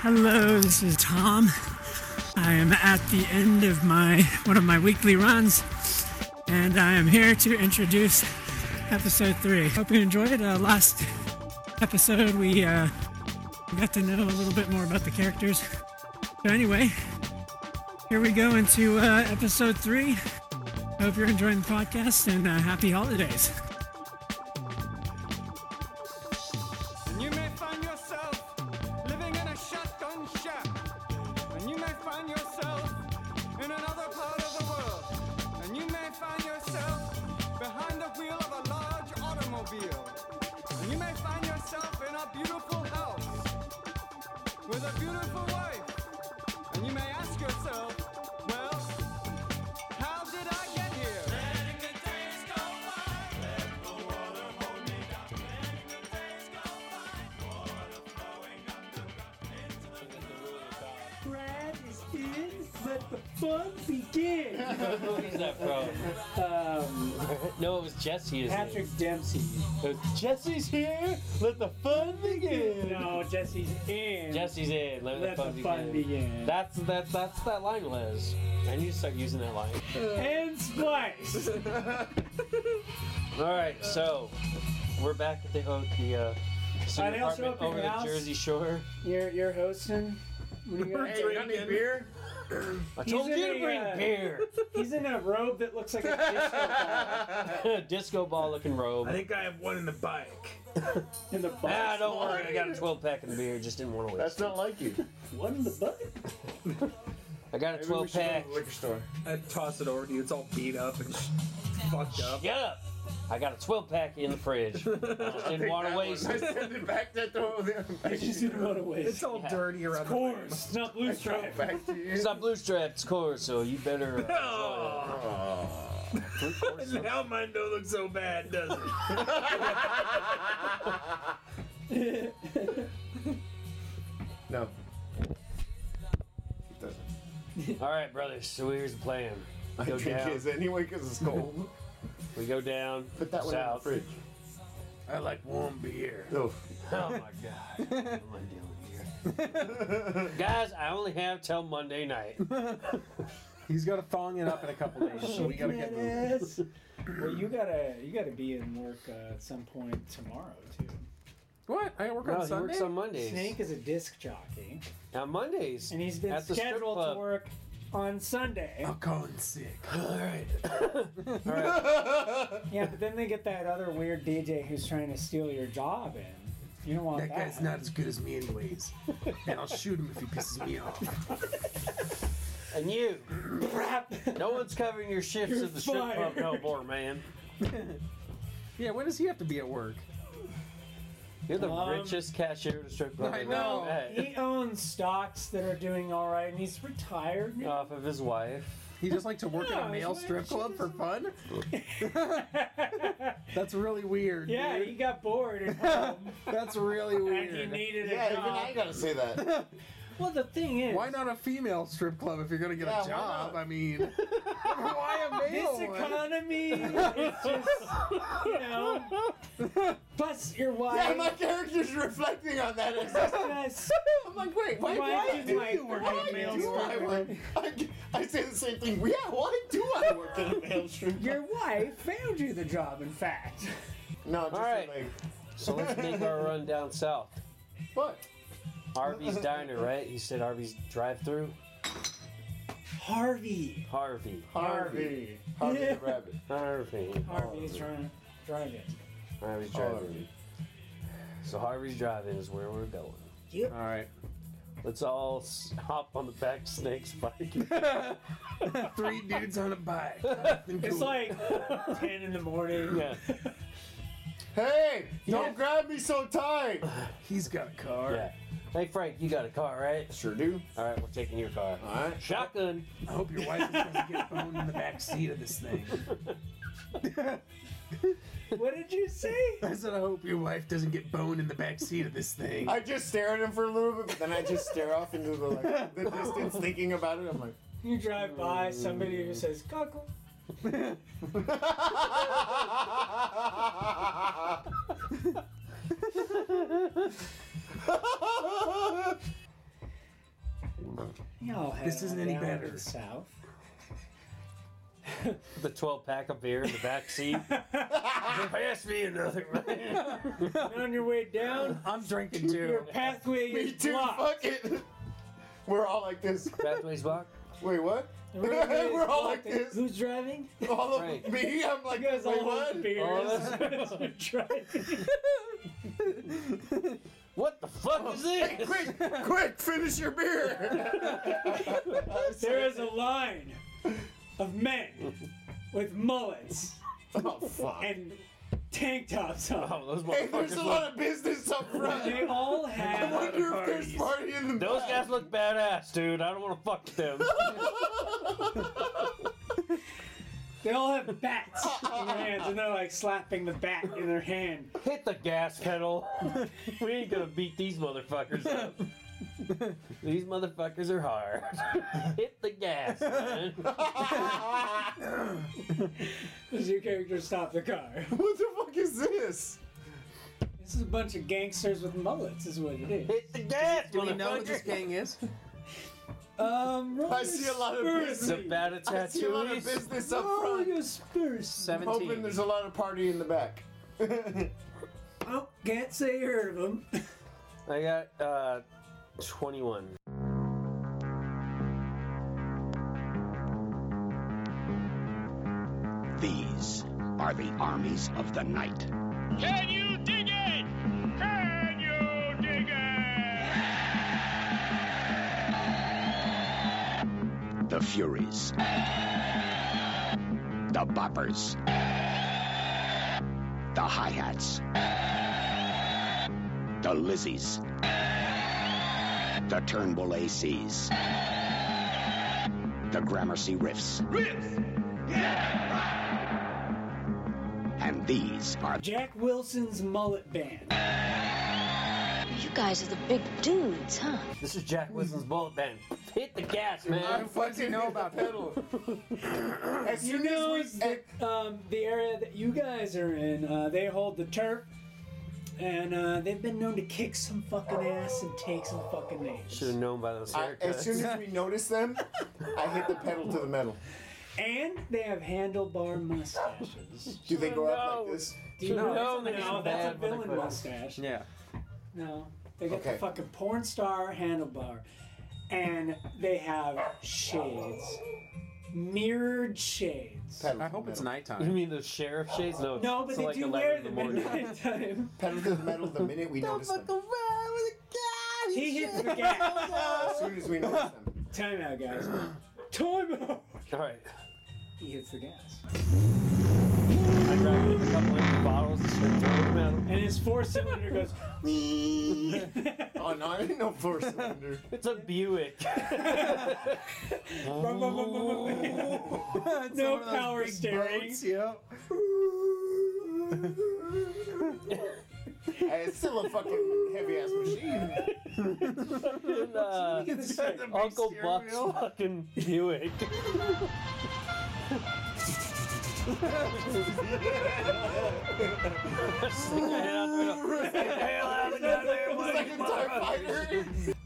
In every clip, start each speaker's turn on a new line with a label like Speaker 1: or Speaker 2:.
Speaker 1: Hello, this is Tom. I am at the end of my one of my weekly runs, and I am here to introduce episode three. Hope you enjoyed. Uh, last episode, we uh, got to know a little bit more about the characters. So anyway, here we go into uh, episode three. Hope you're enjoying the podcast and uh, happy holidays.
Speaker 2: And you may find yourself living in a shotgun shack. And you may find yourself in another part of the world. And you may find yourself behind the wheel of a large automobile. And you may find yourself in a beautiful house with a beautiful wife. And you may ask yourself, well, how did I get here? Letting the days go by. Let the water hold me down. Letting the days go by. Water flowing up the
Speaker 3: Brad is in. Let the fun begin.
Speaker 4: What movie's that from?
Speaker 3: Um,
Speaker 4: No, it was Jesse, isn't
Speaker 3: Patrick Dempsey.
Speaker 4: it? Uh, Jesse's here. Let the fun begin.
Speaker 3: No, Jesse's in.
Speaker 4: Jesse's in. Let,
Speaker 3: Let
Speaker 4: the fun,
Speaker 3: the fun begin.
Speaker 4: That's that's that's that line, Liz. I need to start using that line.
Speaker 3: and Splice.
Speaker 4: All right, so we're back at the ho- the uh,
Speaker 3: Are
Speaker 4: senior
Speaker 3: they also up
Speaker 4: apartment
Speaker 3: in
Speaker 4: over
Speaker 3: your
Speaker 4: the
Speaker 3: house?
Speaker 4: Jersey Shore.
Speaker 3: You're you're hosting. What do you got?
Speaker 5: beer?
Speaker 4: I
Speaker 3: He's
Speaker 4: told
Speaker 3: in
Speaker 4: you
Speaker 3: a,
Speaker 4: to bring
Speaker 3: uh,
Speaker 4: beer.
Speaker 3: He's in a robe that looks like a disco ball
Speaker 4: Disco ball looking robe.
Speaker 5: I think I have one in the bike.
Speaker 3: in the
Speaker 4: Ah,
Speaker 3: box.
Speaker 4: don't worry. I got a 12 pack of the beer. Just didn't want to waste.
Speaker 6: That's not like you.
Speaker 3: What in the bucket?
Speaker 4: I got a 12 pack.
Speaker 6: liquor store.
Speaker 5: I toss it over to you. It's all beat up and sh- fucked up.
Speaker 4: Shut up. I got a 12 pack in the fridge. Just didn't want to waste.
Speaker 6: I
Speaker 4: it.
Speaker 6: send it back that door.
Speaker 3: I just didn't run away.
Speaker 5: It's all
Speaker 4: Yeah.
Speaker 5: dirty around
Speaker 3: of course, not blue stripe.
Speaker 6: back to you.
Speaker 4: It's not blue strap, it's core, so you better. uh, enjoy it.
Speaker 5: the corner. Now mine don't look so bad, does it?
Speaker 6: No.
Speaker 4: All right, brothers. So here's the plan.
Speaker 6: I
Speaker 4: Go
Speaker 6: drink
Speaker 4: down.
Speaker 6: his anyway because it's cold.
Speaker 4: We go down.
Speaker 6: Put that one in the
Speaker 4: south.
Speaker 6: fridge.
Speaker 5: I like warm beer.
Speaker 6: No.
Speaker 4: Oh my god. What am I doing here? Guys, I only have till Monday night.
Speaker 5: He's got a thong it up in a couple days, so we gotta get moving.
Speaker 3: Yes. Well, you gotta you gotta be in work uh, at some point tomorrow too.
Speaker 5: What? I work
Speaker 4: No,
Speaker 5: on
Speaker 4: he
Speaker 5: Sunday.
Speaker 4: works on Mondays.
Speaker 3: Snake is a disc jockey.
Speaker 4: On Mondays.
Speaker 3: and he's been
Speaker 4: at the strip
Speaker 3: scheduled to
Speaker 4: club.
Speaker 3: work on Sunday.
Speaker 5: I'm going sick.
Speaker 4: All right. All right.
Speaker 3: Yeah, but then they get that other weird DJ who's trying to steal your job in. You don't want
Speaker 5: That
Speaker 3: that.
Speaker 5: guy's not as good as me, anyways. and I'll shoot him if he pisses me off.
Speaker 4: And you,
Speaker 3: crap.
Speaker 4: no one's covering your shifts
Speaker 3: You're
Speaker 4: at the strip club
Speaker 3: fired.
Speaker 4: no more, man.
Speaker 5: Yeah, when does he have to be at work?
Speaker 4: You're the
Speaker 3: Um,
Speaker 4: richest cashier at a strip club.
Speaker 5: I
Speaker 4: in
Speaker 5: know.
Speaker 4: LA.
Speaker 3: he owns stocks that are doing all right, and he's retired. now.
Speaker 4: Off of his wife.
Speaker 5: He just like to work
Speaker 3: No,
Speaker 5: at a
Speaker 3: he's
Speaker 5: male
Speaker 3: like-
Speaker 5: strip club for fun? That's really weird.
Speaker 3: yeah,
Speaker 5: dude.
Speaker 3: he got bored at home
Speaker 5: That's really
Speaker 3: and he
Speaker 5: weird.
Speaker 3: needed a
Speaker 6: Yeah, even
Speaker 3: job.
Speaker 6: I gotta say that.
Speaker 3: Well, the thing is,
Speaker 5: Why not a female strip club if you're gonna get
Speaker 6: Yeah,
Speaker 5: a
Speaker 6: why
Speaker 5: job?
Speaker 6: not?
Speaker 5: I mean, why a male
Speaker 3: This
Speaker 5: one?
Speaker 3: economy is just, you know. Plus, your
Speaker 6: Yeah,
Speaker 3: wife.
Speaker 6: my character's reflecting on that. It's just-
Speaker 3: plus,
Speaker 6: I'm like, wait,
Speaker 3: Why
Speaker 6: why, why,
Speaker 3: do
Speaker 6: do
Speaker 3: I-
Speaker 6: you work
Speaker 3: why
Speaker 6: at a male
Speaker 3: do I
Speaker 6: strip club? I, I say the same thing. Yeah, why do I work at a male strip club?
Speaker 3: your wife found you the job. In fact.
Speaker 6: No, just
Speaker 4: right.
Speaker 6: like,
Speaker 4: So let's make our run down south.
Speaker 6: what?
Speaker 4: Arby's Diner, right? You said Arby's drive through?
Speaker 3: Harvey.
Speaker 4: Harvey.
Speaker 6: Harvey. Harvey the rabbit.
Speaker 4: Harvey.
Speaker 3: Harvey is trying to drive it.
Speaker 4: Harvey's driving.
Speaker 6: Harvey.
Speaker 4: So Harvey's driving is where we're going.
Speaker 5: All right,
Speaker 4: Let's all s- hop on the back of Snake's bike.
Speaker 5: three dudes on a bike.
Speaker 3: It's like 10 in the morning.
Speaker 4: yeah.
Speaker 6: Hey,
Speaker 3: Yeah.
Speaker 6: don't grab me so tight.
Speaker 5: he's got a car.
Speaker 4: Yeah. Hey Frank, you got a car, right?
Speaker 6: Sure do.
Speaker 4: All right, we're taking your car.
Speaker 6: All right.
Speaker 4: Shotgun.
Speaker 5: I hope your wife is gonna get a phone in the back seat of this thing.
Speaker 3: What did you say?
Speaker 5: I said, I hope your wife doesn't get boned in the back seat of this thing.
Speaker 6: I just stare at him for a little bit, but then I just stare off into the like the distance, thinking about it. I'm like,
Speaker 3: You drive by somebody who says cockle.
Speaker 6: "Ah,
Speaker 3: Y'all head
Speaker 5: This isn't
Speaker 3: on
Speaker 5: any
Speaker 3: down
Speaker 5: better.
Speaker 3: to the South.
Speaker 4: The 12 pack of beer in the back seat. Pass me another.
Speaker 3: And on your way down,
Speaker 5: I'm drinking
Speaker 3: your
Speaker 5: too.
Speaker 3: pathway
Speaker 6: me
Speaker 3: is
Speaker 6: too.
Speaker 3: blocked.
Speaker 6: Fuck it. We're all like this.
Speaker 4: Pathways block.
Speaker 6: Wait, what?
Speaker 3: The roadway is
Speaker 6: We're all like
Speaker 3: blocked.
Speaker 6: this.
Speaker 3: Who's driving?
Speaker 6: All of
Speaker 4: Right.
Speaker 6: me. I'm like,
Speaker 3: You guys
Speaker 6: wait,
Speaker 3: all
Speaker 6: what?
Speaker 3: want beers.
Speaker 4: Oh,
Speaker 3: You're driving.
Speaker 4: What the fuck is
Speaker 6: Hey,
Speaker 4: this?
Speaker 6: quick, quick, finish your beer.
Speaker 3: There is a line of men with mullets
Speaker 6: oh fuck.
Speaker 3: and tank tops on.
Speaker 4: Oh, those
Speaker 6: Hey, there's
Speaker 4: motherfuckers
Speaker 6: a
Speaker 4: look-
Speaker 6: lot of business up
Speaker 3: They
Speaker 6: front.
Speaker 3: all
Speaker 6: I
Speaker 3: have
Speaker 6: wonder if there's party in the
Speaker 4: Those
Speaker 6: back.
Speaker 4: guys look badass, dude. I don't want to fuck with them.
Speaker 3: they all have bats in their hands and they're like slapping the bat in their hand.
Speaker 4: Hit the gas pedal. we ain't gonna beat these motherfuckers up. these motherfuckers are hard. Hit the gas, man.
Speaker 3: Does your character stop the car?
Speaker 6: What the fuck is this?
Speaker 3: This is a bunch of gangsters with mullets, is what it is.
Speaker 4: Hit the gas,
Speaker 5: Do we know what this
Speaker 4: motherfucker.
Speaker 5: gang is?
Speaker 3: Um, roll
Speaker 6: I see a lot of
Speaker 3: conspiracy.
Speaker 4: It's a bad
Speaker 6: I see a lot of
Speaker 4: tattoo.
Speaker 6: business up
Speaker 3: Roll
Speaker 6: front.
Speaker 3: conspiracy.
Speaker 6: I'm hoping
Speaker 5: 17.
Speaker 6: there's a lot of party in the back.
Speaker 3: Oh, can't say you heard of them.
Speaker 4: I got uh, 21.
Speaker 7: These are the armies of the night.
Speaker 8: Can you dig it? Can you dig it?
Speaker 7: The Furies. The Boppers. The Hi Hats. The Lizzies. The Turnbull ACs. The Gramercy Riffs. And these are
Speaker 3: Jack Wilson's mullet band.
Speaker 9: You guys are the big dudes, huh?
Speaker 4: This is Jack Wilson's bullet band. Hit the gas,
Speaker 6: I
Speaker 4: man.
Speaker 6: fucking know about pedal. as
Speaker 3: You
Speaker 6: soon
Speaker 3: know,
Speaker 6: as
Speaker 3: it's
Speaker 6: we, eh,
Speaker 3: the, um, the area that you guys are in, uh, they hold the turf, and uh, they've been known to kick some fucking ass and take some fucking names.
Speaker 4: Should have known by those
Speaker 6: I- as
Speaker 4: haircuts.
Speaker 6: soon as we notice them, I hit the pedal to the metal.
Speaker 3: And they have handlebar mustaches.
Speaker 6: Do they go up
Speaker 4: No.
Speaker 6: like this?
Speaker 3: Do you
Speaker 4: No,
Speaker 3: know?
Speaker 4: that's
Speaker 3: No,
Speaker 4: a
Speaker 3: that's a
Speaker 4: bad
Speaker 3: villain
Speaker 4: motherfucker.
Speaker 3: mustache.
Speaker 5: Yeah.
Speaker 3: No, they got the
Speaker 6: Okay.
Speaker 3: fucking porn star handlebar, and they have shades, mirrored shades.
Speaker 6: Pedal
Speaker 5: I
Speaker 6: to
Speaker 5: hope
Speaker 6: the
Speaker 5: it's
Speaker 6: metal.
Speaker 4: You
Speaker 5: nighttime.
Speaker 4: mean the sheriff shades? No,
Speaker 3: No, but
Speaker 4: it's
Speaker 3: they
Speaker 4: like
Speaker 3: do
Speaker 4: 11
Speaker 3: wear
Speaker 4: in the
Speaker 3: them at
Speaker 4: morning.
Speaker 3: nighttime.
Speaker 6: Pedal to the metal the minute we notice them.
Speaker 3: He hits the gas.
Speaker 6: As soon as we notice them.
Speaker 3: Time out, guys. Time out.
Speaker 4: All right.
Speaker 3: He hits the gas.
Speaker 4: I grabbed a couple empty bottles and started throwing them at him.
Speaker 3: And his four cylinder goes,
Speaker 6: Oh no, I didn't know four cylinder.
Speaker 4: It's a Buick.
Speaker 3: "Bum, bum, bum, bum, bum." no power steering.
Speaker 5: Yep.
Speaker 6: Hey, it's still a fucking heavy ass machine.
Speaker 4: And, uh, Uncle Buck's fucking Buick.
Speaker 6: Second time fighter.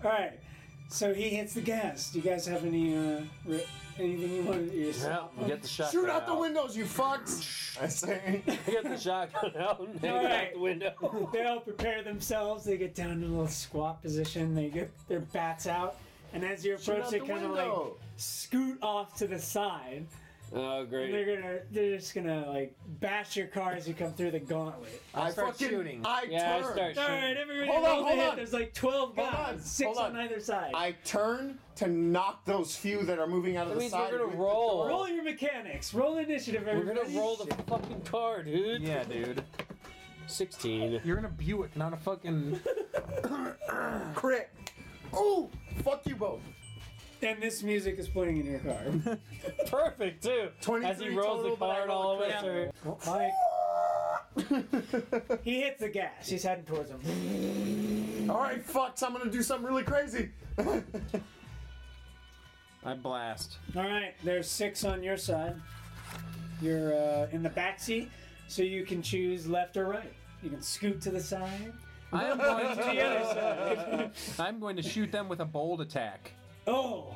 Speaker 3: All right, so he hits the gas. Do you guys have any uh, ri anything you want to use?
Speaker 4: Yeah, we get the shotgun
Speaker 6: Shoot out the windows, you fucks! I say.
Speaker 4: We get the shotgun out and hang it out
Speaker 3: Alright.
Speaker 4: the window.
Speaker 3: They all prepare themselves. They get down in a little squat position. They get their bats out, and as you
Speaker 6: Shoot
Speaker 3: approach,
Speaker 6: out
Speaker 3: they
Speaker 6: the
Speaker 3: kind of like
Speaker 6: window.
Speaker 3: scoot off to the side.
Speaker 4: Oh,
Speaker 3: And they're
Speaker 4: great.
Speaker 3: gonna, they're just gonna like bash your car as you come through the gauntlet.
Speaker 6: I
Speaker 5: start
Speaker 6: fucking.
Speaker 5: shooting.
Speaker 6: I
Speaker 4: Yeah, I
Speaker 6: turn.
Speaker 4: start
Speaker 3: All
Speaker 4: shooting.
Speaker 3: right, everybody,
Speaker 6: Hold on,
Speaker 3: roll to
Speaker 6: hold
Speaker 3: hit.
Speaker 6: on.
Speaker 3: There's like 12
Speaker 6: Hold
Speaker 3: guys,
Speaker 6: on,
Speaker 3: six
Speaker 6: hold
Speaker 3: on.
Speaker 6: on.
Speaker 3: either side.
Speaker 6: I turn to knock those few that are moving out of
Speaker 4: That
Speaker 6: the
Speaker 4: means
Speaker 6: side.
Speaker 4: we're
Speaker 6: with
Speaker 4: gonna
Speaker 6: the
Speaker 4: roll.
Speaker 3: Roll your mechanics. Roll initiative,
Speaker 4: We're
Speaker 3: everybody.
Speaker 4: gonna roll the fucking car, dude.
Speaker 5: Yeah, dude.
Speaker 4: 16.
Speaker 5: You're in a Buick, not a fucking.
Speaker 6: Crit. Oh, fuck you both.
Speaker 3: And this music is playing in your car.
Speaker 4: Perfect too.
Speaker 6: 23
Speaker 4: As he rolls the
Speaker 6: total, but I
Speaker 4: card
Speaker 6: roll
Speaker 4: all
Speaker 6: a
Speaker 4: the way
Speaker 6: crit.
Speaker 4: through.
Speaker 3: Mike. he hits the gas. He's heading towards him.
Speaker 6: All right, fucks, I'm gonna do something really crazy.
Speaker 5: I blast.
Speaker 3: All right, there's six on your side. You're uh, in the back seat, so you can choose left or right. You can scoot to the side.
Speaker 5: I am going
Speaker 3: to the other
Speaker 5: to.
Speaker 3: side.
Speaker 5: I'm going to shoot them with a bold attack.
Speaker 3: oh,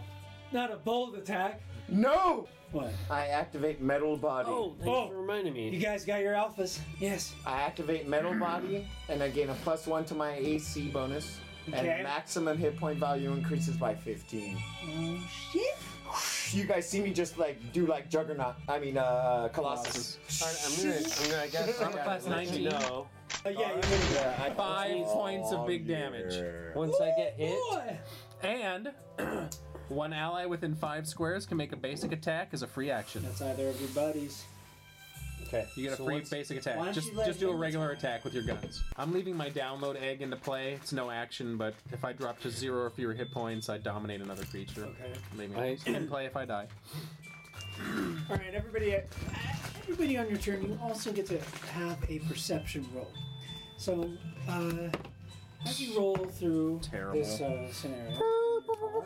Speaker 3: not a bold attack.
Speaker 6: no!
Speaker 3: What?
Speaker 6: I activate metal body.
Speaker 4: Oh, thanks
Speaker 3: Oh.
Speaker 4: for reminding
Speaker 3: You
Speaker 4: me.
Speaker 3: guys got your alphas? Yes.
Speaker 6: I activate metal body, and I gain a plus one to my AC bonus,
Speaker 3: Okay.
Speaker 6: and maximum hit point value increases by 15.
Speaker 3: Oh shit.
Speaker 6: You guys see me just like do like Juggernaut, I mean, uh, Colossus.
Speaker 4: All right, I'm gonna, I'm gonna, I guess, I'm
Speaker 5: a class 19.
Speaker 4: You know,
Speaker 3: Oh yeah, you're
Speaker 6: Yeah, I-
Speaker 5: Five points of big damage.
Speaker 4: once I get hit,
Speaker 3: Oh, boy.
Speaker 5: And one ally within five squares can make a basic attack as a free action.
Speaker 3: That's either of your buddies.
Speaker 4: okay,
Speaker 5: You get a
Speaker 4: So
Speaker 5: free
Speaker 4: once-
Speaker 5: basic
Speaker 3: why
Speaker 5: attack.
Speaker 3: don't
Speaker 5: Just
Speaker 3: you let
Speaker 5: just do a
Speaker 3: him
Speaker 5: regular attack with your guns. I'm leaving my download egg into play. It's no action, but if I drop to zero or fewer hit points, I dominate another creature.
Speaker 3: Okay.
Speaker 5: Leaving
Speaker 4: Nice.
Speaker 5: it in play if I die.
Speaker 3: All right, everybody. uh, Everybody on your turn, you also get to have a perception roll. So, uh, as you roll through
Speaker 5: Terrible.
Speaker 3: this uh, scenario,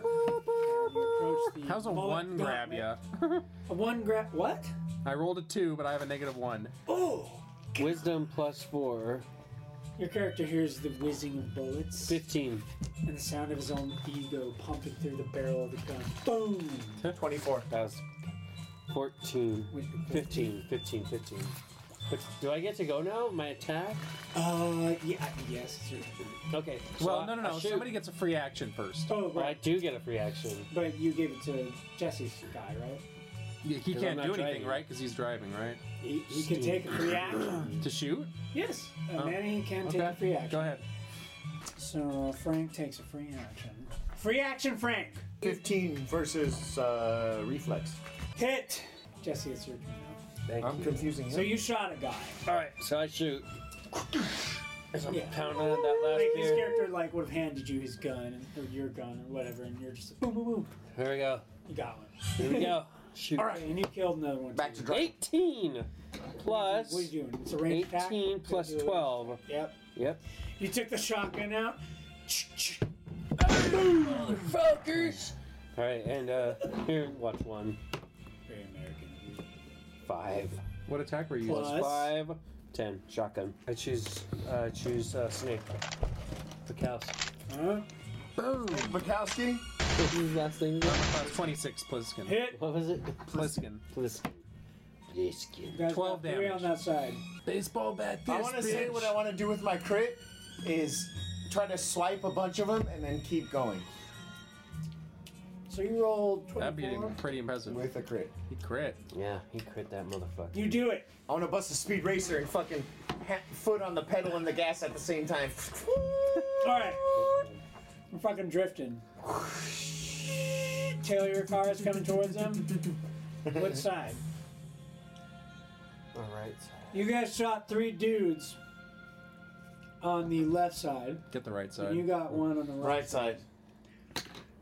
Speaker 3: you approach the
Speaker 5: How's a
Speaker 3: bullet
Speaker 5: one grab
Speaker 3: gauntlet.
Speaker 5: ya?
Speaker 3: A one grab. What?
Speaker 5: I rolled a two, but I have a negative one.
Speaker 3: Oh!
Speaker 4: wisdom plus four,
Speaker 3: Your character hears the whizzing of bullets
Speaker 4: 15.
Speaker 3: and the sound of his own ego pumping through the barrel of the gun. Boom!
Speaker 6: 24.
Speaker 4: That was 14.
Speaker 3: With your
Speaker 4: 15, 15, 15. But do I get to go now? My attack?
Speaker 3: Uh, yeah, yes. Sure.
Speaker 4: Okay. so
Speaker 5: Well,
Speaker 4: I-
Speaker 5: no, no,
Speaker 4: I
Speaker 5: no.
Speaker 4: shoot.
Speaker 5: Somebody gets a free action first.
Speaker 3: Oh,
Speaker 4: Well, I
Speaker 3: right.
Speaker 4: do get a free action.
Speaker 3: But you gave it to Jesse's guy, right?
Speaker 5: Yeah, He
Speaker 4: I'm
Speaker 5: can't
Speaker 4: not
Speaker 5: do anything,
Speaker 4: driving.
Speaker 5: right? Because he's driving, right?
Speaker 3: He, he can take a free action.
Speaker 5: To shoot?
Speaker 3: Yes, a
Speaker 5: Oh.
Speaker 3: Manny can take a free action.
Speaker 5: Go ahead.
Speaker 3: So uh, Frank takes a free action. Free action, Frank.
Speaker 6: 15 versus uh, reflex.
Speaker 3: Hit. Jesse, it's your turn. now.
Speaker 4: Thank
Speaker 6: I'm
Speaker 4: you.
Speaker 6: confusing him.
Speaker 3: So you shot a guy.
Speaker 4: All right, so I shoot. As I'm
Speaker 3: Yeah.
Speaker 4: pounding at that last
Speaker 3: Like his
Speaker 4: beer.
Speaker 3: character, like would have handed you his gun or your gun or whatever, and you're just boom, boom, boom.
Speaker 4: Here we go.
Speaker 3: You got one.
Speaker 4: Here we go. Shoot.
Speaker 3: All right, and you killed another one.
Speaker 6: Back
Speaker 3: too.
Speaker 6: to drive.
Speaker 4: 18 plus
Speaker 3: What are you doing? It's a range attack.
Speaker 4: 18 plus
Speaker 3: Good.
Speaker 4: 12.
Speaker 3: Yep.
Speaker 4: Yep.
Speaker 3: You took the shotgun out.
Speaker 4: Focus. All right, and uh, here, watch one,
Speaker 3: Very American.
Speaker 4: five,
Speaker 5: What attack were you using?
Speaker 3: Plus.
Speaker 4: five, ten. Shotgun. I choose. Uh, choose uh, snake. The cows.
Speaker 3: Huh?
Speaker 5: Boom!
Speaker 6: Bukowski?
Speaker 4: last thing.
Speaker 5: That's 26 Pliskin.
Speaker 3: Hit.
Speaker 4: What was it?
Speaker 5: Pliskin.
Speaker 4: Plus.
Speaker 3: You guys
Speaker 5: 12
Speaker 3: got three
Speaker 5: damage.
Speaker 3: on that side.
Speaker 5: Baseball bat
Speaker 6: I want to say what I want to do with my crit is try to swipe a bunch of them and then keep going
Speaker 3: So you rolled
Speaker 5: That'd be
Speaker 3: 24.
Speaker 5: pretty impressive.
Speaker 6: with a crit.
Speaker 5: He crit.
Speaker 4: Yeah, he crit that motherfucker.
Speaker 3: You do it.
Speaker 6: I want to bust a speed racer and fucking ha- foot on the pedal and the gas at the same time.
Speaker 3: All right. We're fucking drifting. Tail of your car is coming towards them. Which side?
Speaker 4: All right.
Speaker 3: You guys shot three dudes on the left side,
Speaker 5: Get the right
Speaker 3: and you
Speaker 5: side.
Speaker 3: got one on the right.
Speaker 6: Right side.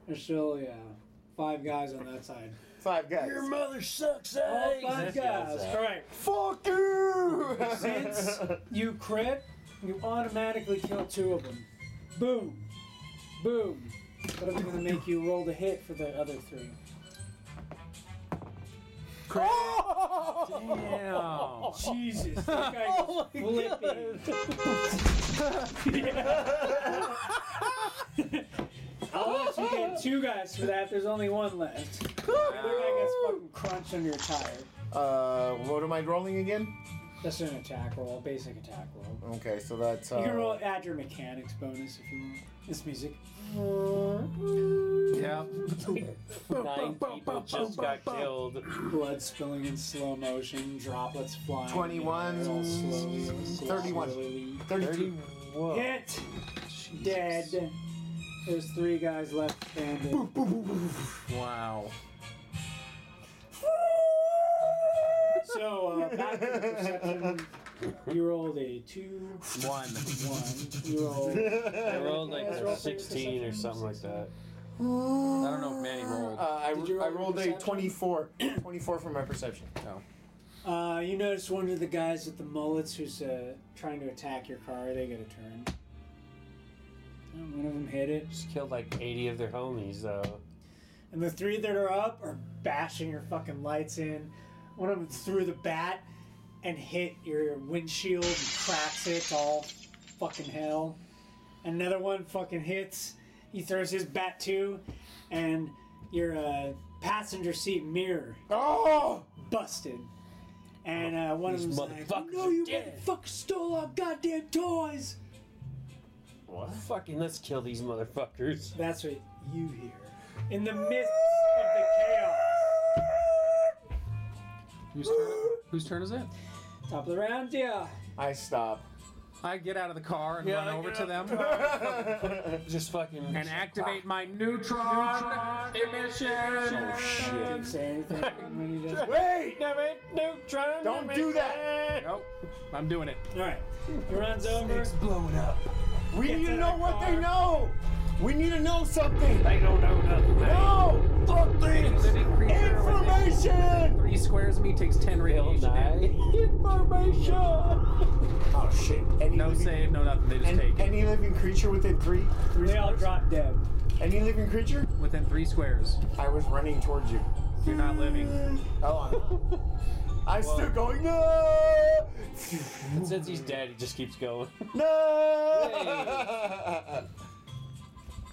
Speaker 3: There's still, yeah, five guys on that side.
Speaker 6: Five guys.
Speaker 4: mother
Speaker 5: Oh,
Speaker 4: sucks
Speaker 3: All
Speaker 6: eh?
Speaker 3: five guys. All right.
Speaker 6: Fuck you!
Speaker 3: Since you crit, you automatically kill two of them. Boom. Boom. But I'm going to make you roll the hit for the other three.
Speaker 5: Damn.
Speaker 3: Jesus. This guy oh flipping. I'll let you get two guys for that. There's only one left. The other guy gets fucking crunched under your tire.
Speaker 6: Uh, what am I rolling again?
Speaker 3: That's an attack roll, a basic attack roll.
Speaker 6: Okay, so that's. Uh,
Speaker 3: You can roll add your mechanics bonus if you want. This music.
Speaker 5: Yeah.
Speaker 4: Nine people just got killed.
Speaker 3: Blood spilling in slow motion, droplets flying.
Speaker 6: 21,
Speaker 3: all slowly, slowly,
Speaker 6: 31.
Speaker 3: slowly.
Speaker 6: 32.
Speaker 3: Hit! Dead. There's three guys left standing.
Speaker 5: Wow.
Speaker 3: So, uh, back to the perception. You rolled a two,
Speaker 5: One.
Speaker 3: one. You rolled.
Speaker 4: I
Speaker 3: Guys, roll
Speaker 4: rolled like
Speaker 3: for your
Speaker 4: 16 or
Speaker 3: perception.
Speaker 4: something like that.
Speaker 5: I don't know if Manny rolled.
Speaker 3: Did you roll
Speaker 6: Uh, I
Speaker 3: your
Speaker 6: rolled a
Speaker 3: perception?
Speaker 6: 24. 24 for my perception.
Speaker 5: Oh.
Speaker 3: Uh, you notice one of the guys with the mullets who's uh, trying to attack your car. They get a turn. Uh, One of them hit it,
Speaker 4: Just killed like 80 of their homies, though.
Speaker 3: and the three that are up are bashing your fucking lights in. One of them threw the bat and hit your windshield and cracks it to all fucking hell. Another one fucking hits. He throws his bat too, and your uh, passenger seat mirror
Speaker 6: Oh!
Speaker 3: busted. And uh, one of
Speaker 4: These
Speaker 3: them's like,
Speaker 4: motherfuckers
Speaker 3: "No,
Speaker 4: are
Speaker 3: you
Speaker 4: dead."
Speaker 3: motherfucker stole our goddamn toys."
Speaker 4: What? Fucking let's kill these motherfuckers.
Speaker 3: That's what you hear in the midst of the chaos.
Speaker 5: Whose turn, whose turn is it?
Speaker 3: Top of the round, yeah.
Speaker 6: I stop.
Speaker 5: I get out of the car and run over to them
Speaker 4: Just fucking.
Speaker 5: and activate my neutron emission.
Speaker 3: Didn't say anything. when he does-
Speaker 6: Wait!
Speaker 4: Damn it, Neutron!
Speaker 6: Don't do that!
Speaker 5: Nope, I'm doing it.
Speaker 3: All right, he runs over.
Speaker 4: blowing up.
Speaker 6: We
Speaker 3: to
Speaker 6: need to
Speaker 3: the
Speaker 6: know what they
Speaker 3: car.
Speaker 6: know! We need to know something!
Speaker 4: They don't know nothing.
Speaker 6: No!
Speaker 4: Fuck this!
Speaker 6: Information!
Speaker 5: Three squares of me takes ten
Speaker 4: Bill
Speaker 5: radiation.
Speaker 4: Nye. Information!
Speaker 6: Oh shit. Any
Speaker 5: No
Speaker 6: living,
Speaker 5: save, no nothing. They just
Speaker 6: an-
Speaker 5: take it
Speaker 6: any living creature within three? three
Speaker 3: They all drop dead.
Speaker 6: Any living creature?
Speaker 5: within three squares.
Speaker 6: I was running towards you.
Speaker 5: You're not living.
Speaker 6: Oh, I'm I'm still going, no!
Speaker 4: And since he's dead, he just keeps going.
Speaker 6: No!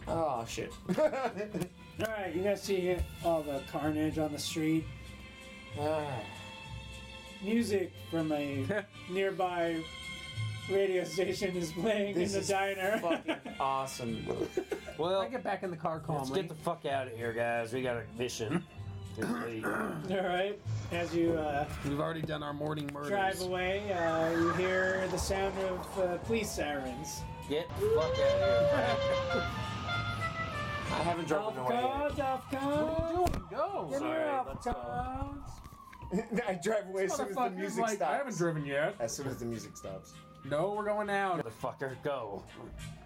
Speaker 6: oh, shit.
Speaker 3: All right, you guys see all the carnage on the street.
Speaker 6: Ah.
Speaker 3: Music from a nearby radio station is playing
Speaker 6: This
Speaker 3: in the
Speaker 6: is
Speaker 3: diner.
Speaker 6: fucking awesome.
Speaker 5: I
Speaker 4: Well,
Speaker 5: get back in the car
Speaker 4: let's
Speaker 5: calmly.
Speaker 4: get the fuck out of here, guys. We got a mission. It's
Speaker 3: All right, as you. Uh,
Speaker 5: We've already done our morning murders.
Speaker 3: drive away, uh, you hear the sound of uh, police sirens.
Speaker 4: late. Get the fuck out of here.
Speaker 6: I haven't
Speaker 3: Off
Speaker 6: dropped an away
Speaker 3: guards, off guards.
Speaker 5: Go.
Speaker 3: Give me
Speaker 4: Sorry,
Speaker 3: your off
Speaker 4: let's go.
Speaker 3: guards.
Speaker 6: yet. I drive away as soon as the
Speaker 5: Motherfucker's
Speaker 6: music
Speaker 5: like,
Speaker 6: stops.
Speaker 5: I haven't driven yet.
Speaker 6: as soon as the music stops.
Speaker 5: No, we're going out.
Speaker 4: Motherfucker, go.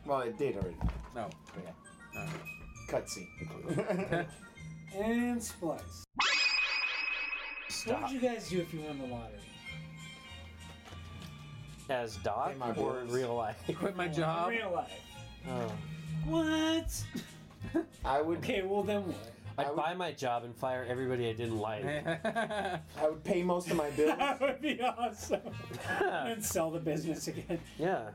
Speaker 6: Well, it did already.
Speaker 5: No.
Speaker 6: Okay.
Speaker 5: no.
Speaker 6: Cutscene.
Speaker 3: And splice. What would you guys do if you won the lottery?
Speaker 4: As Doc
Speaker 6: Hey, my
Speaker 4: or in
Speaker 6: boys.
Speaker 4: real life?
Speaker 5: Quit my
Speaker 3: In
Speaker 6: Um,
Speaker 5: job.
Speaker 3: real life.
Speaker 6: uh.
Speaker 4: Oh.
Speaker 3: What?
Speaker 6: I would
Speaker 3: Okay, well then what?
Speaker 4: I'd
Speaker 6: would-
Speaker 4: buy my job and fire everybody I didn't like.
Speaker 6: I would pay most of my bills.
Speaker 3: That would be awesome.
Speaker 6: Uh.
Speaker 3: and sell the business again.
Speaker 4: yeah.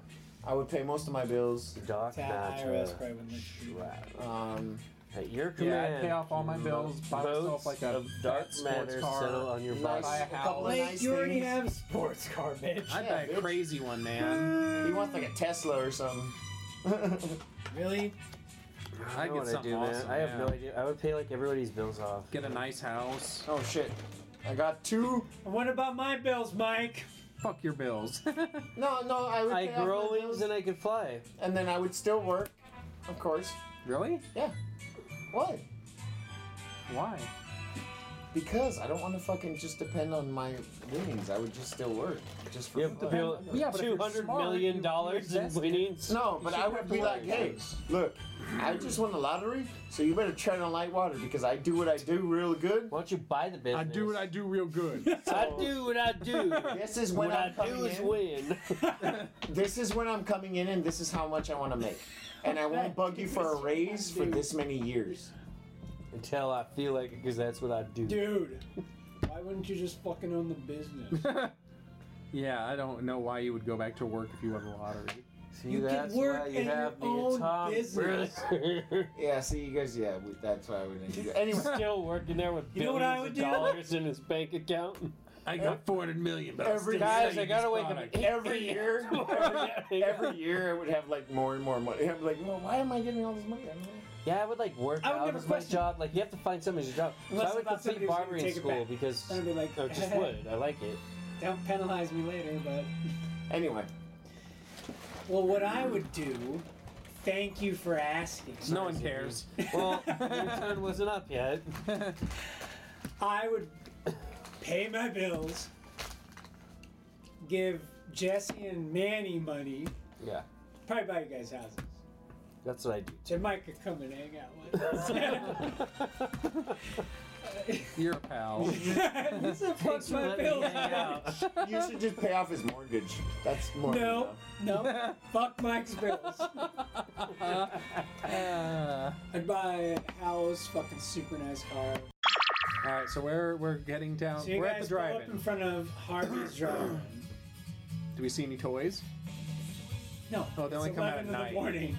Speaker 6: I would pay most of my bills.
Speaker 4: Doc
Speaker 3: That IRS probably
Speaker 4: Natra.
Speaker 3: wouldn't let you do that.
Speaker 6: Um,
Speaker 4: At your
Speaker 5: yeah,
Speaker 4: command.
Speaker 5: I pay off all my bills, buy myself
Speaker 4: votes
Speaker 5: like a
Speaker 4: of dark
Speaker 5: fat sports
Speaker 4: matter settle
Speaker 5: car.
Speaker 4: on your
Speaker 6: nice,
Speaker 5: buy a
Speaker 6: a couple of
Speaker 5: house.
Speaker 3: Wait,
Speaker 6: nice
Speaker 3: you already
Speaker 6: things.
Speaker 3: have a sports car, bitch.
Speaker 5: I'd
Speaker 6: Yeah,
Speaker 5: buy a
Speaker 6: bitch.
Speaker 5: crazy one, man.
Speaker 6: He wants like a Tesla or something.
Speaker 3: Really?
Speaker 5: I'd
Speaker 4: know
Speaker 5: get
Speaker 4: what I
Speaker 5: something
Speaker 4: do, man.
Speaker 5: awesome,
Speaker 4: I have
Speaker 5: yeah.
Speaker 4: no idea. I would pay like everybody's bills off.
Speaker 5: Get a nice house.
Speaker 6: oh shit! I got two.
Speaker 3: And what about my bills, Mike?
Speaker 5: Fuck your bills.
Speaker 6: No, no, I would.
Speaker 4: I
Speaker 6: pay off my
Speaker 4: grow
Speaker 6: bills,
Speaker 4: wings and I could fly.
Speaker 6: and then I would still work, of course.
Speaker 5: really?
Speaker 6: Yeah. What?
Speaker 5: Why?
Speaker 6: Because I don't want to fucking just depend on my winnings. I would just still work, just for
Speaker 4: You
Speaker 6: fun.
Speaker 4: have to bill
Speaker 5: Yeah, but if
Speaker 4: two
Speaker 5: you're
Speaker 4: hundred
Speaker 5: smart,
Speaker 4: million
Speaker 5: you-
Speaker 4: dollars
Speaker 5: you
Speaker 4: in
Speaker 5: invest it.
Speaker 4: winnings.
Speaker 6: No, but I
Speaker 5: shouldn't
Speaker 6: would
Speaker 5: have
Speaker 6: be
Speaker 5: to
Speaker 6: like,
Speaker 5: worry about
Speaker 6: hey,
Speaker 5: it.
Speaker 6: look, I just won the lottery, so you better tread on light water because I do what I do real good.
Speaker 4: Why don't you buy the business?
Speaker 5: I do what I do real good.
Speaker 4: I
Speaker 3: Oh.
Speaker 4: do what I do.
Speaker 6: This is when
Speaker 4: what I
Speaker 6: I'm
Speaker 4: do
Speaker 6: coming
Speaker 4: is
Speaker 6: in.
Speaker 4: win.
Speaker 6: This is when I'm coming in, and this is how much I want to make. And I won't bug you for a raise for this many years.
Speaker 4: Until I feel like it, because that's what I do.
Speaker 3: Dude, why wouldn't you just fucking own the business?
Speaker 5: yeah, I don't know why you would go back to work if you won the lottery.
Speaker 4: See,
Speaker 3: you can
Speaker 4: that's
Speaker 3: work
Speaker 4: why
Speaker 3: in
Speaker 4: you have
Speaker 3: your
Speaker 4: me
Speaker 3: own
Speaker 4: a Tom
Speaker 3: business.
Speaker 4: Brady.
Speaker 6: Yeah, see, you guys, yeah, we, that's why we didn't do that. Anyway,
Speaker 4: Still working there with
Speaker 3: You know
Speaker 4: billions
Speaker 3: what I
Speaker 4: of
Speaker 3: would do?
Speaker 4: dollars in his bank account.
Speaker 5: I got 400 million, but
Speaker 6: Every-
Speaker 4: Guys, I gotta wake up at eight
Speaker 6: every year, every,
Speaker 4: Yeah.
Speaker 6: every year, I would have like more and more money. I'm like, well, why am I getting all this money? I don't know.
Speaker 4: Yeah, I would like work
Speaker 3: I would
Speaker 4: out
Speaker 3: never
Speaker 4: as my
Speaker 3: question it.
Speaker 4: job. Like you have to find somebody's job.
Speaker 3: Unless
Speaker 4: so I
Speaker 3: I
Speaker 4: would
Speaker 3: thought
Speaker 4: complete
Speaker 3: somebody was gonna
Speaker 4: barbering
Speaker 3: take it
Speaker 4: school
Speaker 3: back.
Speaker 4: because
Speaker 3: I'd be like,
Speaker 4: I just would. I like it.
Speaker 3: Don't penalize me later, but.
Speaker 6: Anyway,
Speaker 3: Well, what I would do, thank you for asking.
Speaker 5: No one cares.
Speaker 4: Well, your turn wasn't up yet.
Speaker 3: I would pay my bills, give Jesse and Manny money,
Speaker 4: Yeah.
Speaker 3: probably buy you guys houses.
Speaker 4: That's what I do.
Speaker 3: So Mike could come and hang out with us.
Speaker 5: You're a pal.
Speaker 3: He's a fuck
Speaker 4: Let
Speaker 3: my
Speaker 4: me
Speaker 3: bill
Speaker 4: hang
Speaker 3: guy.
Speaker 4: out.
Speaker 6: You should just pay off his mortgage. That's more. than
Speaker 3: No,
Speaker 6: enough.
Speaker 3: no, fuck Mike's bills. I'd buy a house, fucking super nice car.
Speaker 5: All right, so we're we're getting down.
Speaker 3: So you
Speaker 5: we're at
Speaker 3: guys
Speaker 5: the
Speaker 3: pull up
Speaker 5: drive-in.
Speaker 3: in front of Harvey's drive.
Speaker 5: Do we see any toys?
Speaker 3: No,
Speaker 5: Oh, they
Speaker 3: it's
Speaker 5: only come out
Speaker 3: 11
Speaker 5: at
Speaker 3: in
Speaker 5: night.
Speaker 3: the morning.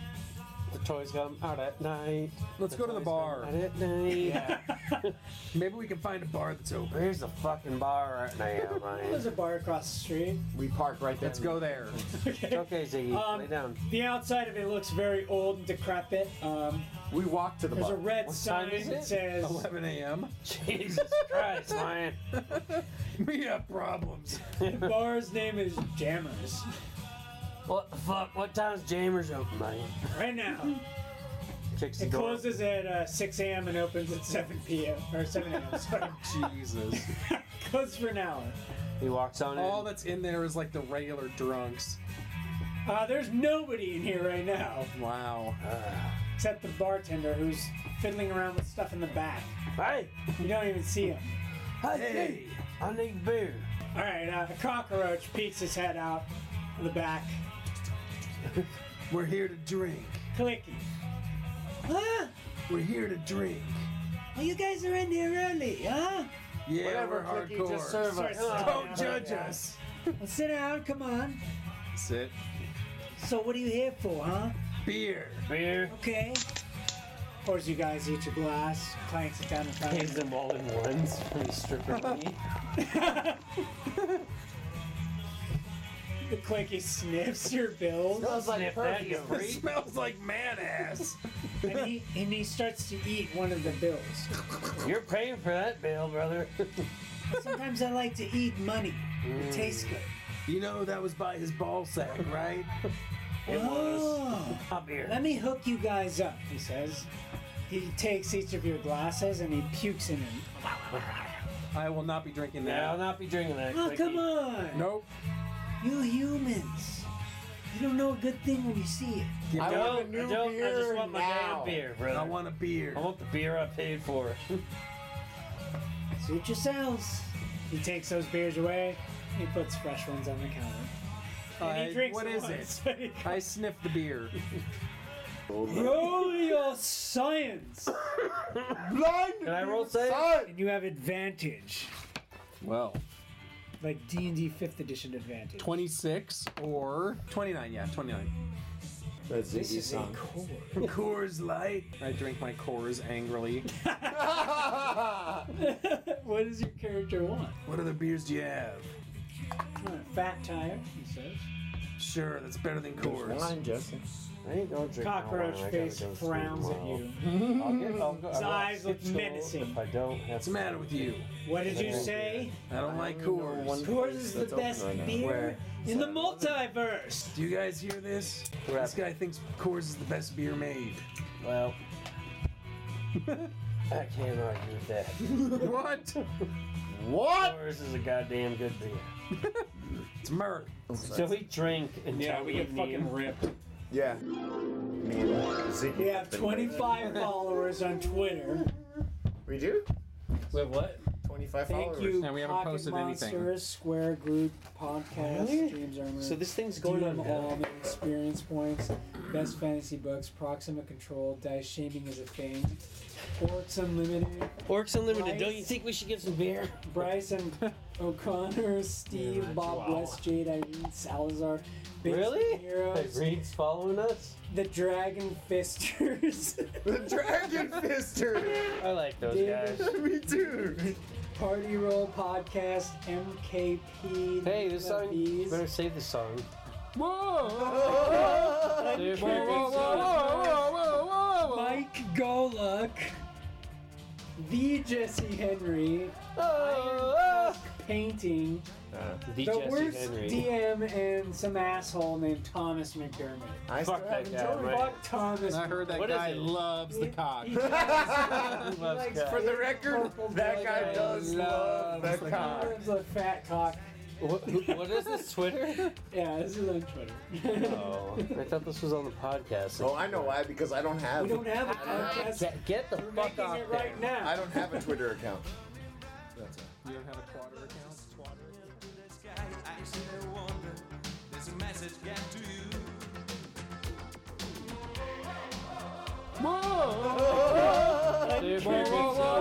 Speaker 4: The toys come out at night.
Speaker 5: Let's go to the
Speaker 4: toys
Speaker 5: bar.
Speaker 4: come out At night.
Speaker 5: Maybe we can find a bar that's open.
Speaker 4: Where's the fucking bar right now, Ryan?
Speaker 3: There's a bar across the street.
Speaker 6: We park right there.
Speaker 5: Let's go there.
Speaker 4: okay, Ziggy,
Speaker 3: Um,
Speaker 4: lay down.
Speaker 3: The outside of it looks very old and decrepit. Um,
Speaker 6: We walk to the
Speaker 3: there's
Speaker 6: bar.
Speaker 3: a red
Speaker 4: What
Speaker 3: sign
Speaker 4: time is
Speaker 3: that
Speaker 4: it?
Speaker 3: says
Speaker 5: 11 a.m.
Speaker 4: Jesus Christ, Ryan.
Speaker 5: We have problems.
Speaker 3: the bar's name is Jammers.
Speaker 4: What the fuck? What time's Jammers open, Ryan?
Speaker 3: Right now,
Speaker 4: Kicks the
Speaker 3: it
Speaker 4: door.
Speaker 3: closes at uh, 6 a.m. and opens at 7 p.m. or 7 a.m. Sorry,
Speaker 5: Jesus.
Speaker 3: closed for an hour.
Speaker 4: He walks on in.
Speaker 5: All that's in there is like the regular drunks.
Speaker 3: Uh, there's nobody in here right now
Speaker 5: Wow.
Speaker 3: except the bartender who's fiddling around with stuff in the back.
Speaker 4: Hey,
Speaker 3: You don't even see him.
Speaker 4: hey, I need beer.
Speaker 3: All right, uh, a cockroach peeks his head out of the back.
Speaker 5: We're here to drink.
Speaker 3: Clicky. Huh?
Speaker 5: We're here to drink.
Speaker 3: Well, you guys are in here early, huh?
Speaker 5: Yeah,
Speaker 6: Whatever,
Speaker 5: we're
Speaker 6: Clicky,
Speaker 5: hardcore.
Speaker 6: just serve us.
Speaker 5: Don't judge us.
Speaker 3: Well, sit down, come on.
Speaker 5: Sit.
Speaker 3: So, what are you here for, huh?
Speaker 5: Beer.
Speaker 4: Beer.
Speaker 3: Okay. Of course, you guys eat your glass, clanks it down in front
Speaker 4: Hands
Speaker 3: of you.
Speaker 4: them all in ones from the stripper lady.
Speaker 3: The clinky sniffs your bill,
Speaker 6: Smells like
Speaker 4: Sniff that
Speaker 6: perfume.
Speaker 4: goat.
Speaker 5: It smells like man ass.
Speaker 3: and he, and he starts to eat one of the bills.
Speaker 4: You're paying for that bill, brother.
Speaker 3: Sometimes I like to eat money. It tastes good.
Speaker 5: You know that was by his ball sack, right?
Speaker 3: Oh,
Speaker 4: Not beer.
Speaker 3: let me hook you guys up, he says. He takes each of your glasses and he pukes in them.
Speaker 5: I will not be drinking
Speaker 4: Yeah, I'll
Speaker 5: that.
Speaker 4: not be drinking that.
Speaker 3: Oh,
Speaker 4: Quickie.
Speaker 3: come on!
Speaker 5: Nope.
Speaker 3: You humans. You don't know a good thing when you see it.
Speaker 6: I
Speaker 4: No,
Speaker 6: want a
Speaker 4: I
Speaker 6: new
Speaker 4: don't. I just
Speaker 6: beer
Speaker 4: want my
Speaker 6: now.
Speaker 4: damn beer, brother.
Speaker 5: I want a beer.
Speaker 4: I want the beer I paid for.
Speaker 3: Suit yourselves. He takes those beers away. He puts fresh ones on the counter. And
Speaker 5: I-
Speaker 3: he drinks
Speaker 5: what is
Speaker 3: it?
Speaker 5: it? I sniffed the beer.
Speaker 3: Roll your science.
Speaker 6: Blind
Speaker 4: Can I roll save?
Speaker 3: And you have advantage,
Speaker 5: Well,
Speaker 3: like D and D fifth edition advantage.
Speaker 5: 26 or 29. Yeah, 29.
Speaker 6: That's
Speaker 3: This
Speaker 6: Ziggy's
Speaker 3: is a
Speaker 6: song.
Speaker 3: core.
Speaker 5: Coors Light. I drink my Coors angrily.
Speaker 3: what does your character want?
Speaker 5: What other beers do you have?
Speaker 3: I want a fat tire, he says.
Speaker 5: Sure, that's better than Coors.
Speaker 6: Blind, Justin.
Speaker 4: I ain't gonna drink
Speaker 3: Cockroach
Speaker 4: no wine. I gotta
Speaker 3: face
Speaker 4: go to sleep
Speaker 3: frowns at
Speaker 4: tomorrow.
Speaker 3: you.
Speaker 4: I'll get, I'll go,
Speaker 3: His
Speaker 4: I'll
Speaker 3: eyes look
Speaker 4: skip school
Speaker 3: menacing.
Speaker 4: If I don't have
Speaker 5: What's the matter with you?
Speaker 3: What did you say?
Speaker 5: I don't like Coors.
Speaker 3: Coors is the
Speaker 6: That's open
Speaker 3: best
Speaker 6: right now.
Speaker 3: beer
Speaker 4: Where?
Speaker 3: in the multiverse.
Speaker 5: Do you guys hear this? This guy thinks Coors is the best beer made.
Speaker 4: Well, I can't argue with that.
Speaker 5: What?
Speaker 6: What?
Speaker 4: Coors is a goddamn good beer.
Speaker 5: It's Merck.
Speaker 4: So we drink and
Speaker 5: ripped.
Speaker 6: Yeah. Me and Ziggy.
Speaker 3: We have
Speaker 6: been
Speaker 3: 25 followers on Twitter.
Speaker 6: waiting. We do?
Speaker 4: With what?
Speaker 6: 25
Speaker 3: Thank
Speaker 6: followers.
Speaker 3: you.
Speaker 5: And we haven't
Speaker 3: Pocket
Speaker 5: posted
Speaker 3: Monsters,
Speaker 5: anything.
Speaker 3: Square Group podcast, James Armour.
Speaker 4: So this thing's
Speaker 3: DM
Speaker 4: going on.
Speaker 3: all the experience points, best fantasy books, Proxima Control, dice shaming is a thing, Orcs Unlimited,
Speaker 4: Orcs Unlimited. Don't
Speaker 3: Nice.
Speaker 4: you think we should get some beer?
Speaker 3: Bryson O'Connor, Steve, Bob West, Jade, Irene, Salazar, Big
Speaker 4: Really?
Speaker 3: Heroes,
Speaker 4: Reed's following us.
Speaker 3: the Dragon Fisters,
Speaker 6: The Dragon Fister!
Speaker 4: I like those
Speaker 3: David.
Speaker 4: guys.
Speaker 6: Me too!
Speaker 3: Party Roll Podcast, MKP.
Speaker 4: Hey, this
Speaker 3: None of
Speaker 4: song.
Speaker 3: These.
Speaker 4: Better save this song.
Speaker 6: Oh,
Speaker 4: Dude,
Speaker 3: Mike Golick, the Jesse Henry, painting,
Speaker 4: The
Speaker 3: the
Speaker 4: Jesse
Speaker 3: worst
Speaker 4: Henry.
Speaker 3: DM, and some asshole named Thomas McDermott.
Speaker 6: I still
Speaker 4: Fuck that
Speaker 6: haven't
Speaker 4: guy,
Speaker 6: joined.
Speaker 4: right?
Speaker 3: Fuck Thomas.
Speaker 5: I heard that
Speaker 4: What is
Speaker 5: guy
Speaker 4: it?
Speaker 5: loves the cock.
Speaker 3: He likes- he
Speaker 4: Loves
Speaker 3: likes
Speaker 4: cock.
Speaker 6: For the record,
Speaker 3: purple
Speaker 6: that
Speaker 3: blood
Speaker 6: guy
Speaker 3: eyes.
Speaker 6: does love
Speaker 5: loves
Speaker 6: the
Speaker 5: the
Speaker 3: He
Speaker 6: cock.
Speaker 3: loves a fat cock.
Speaker 4: What, who- what is this, Twitter?
Speaker 3: Yeah, this is on Twitter.
Speaker 4: Oh, I thought this was on the podcast.
Speaker 6: Oh, I know why because I don't have.
Speaker 3: We don't have a podcast.
Speaker 4: Get, get the
Speaker 3: We're
Speaker 4: fuck
Speaker 3: making
Speaker 4: off
Speaker 3: it right
Speaker 4: there.
Speaker 3: now.
Speaker 6: I don't have a Twitter account. That's all.
Speaker 10: You don't have a Twitter account?
Speaker 4: Dude, whoa, whoa, whoa,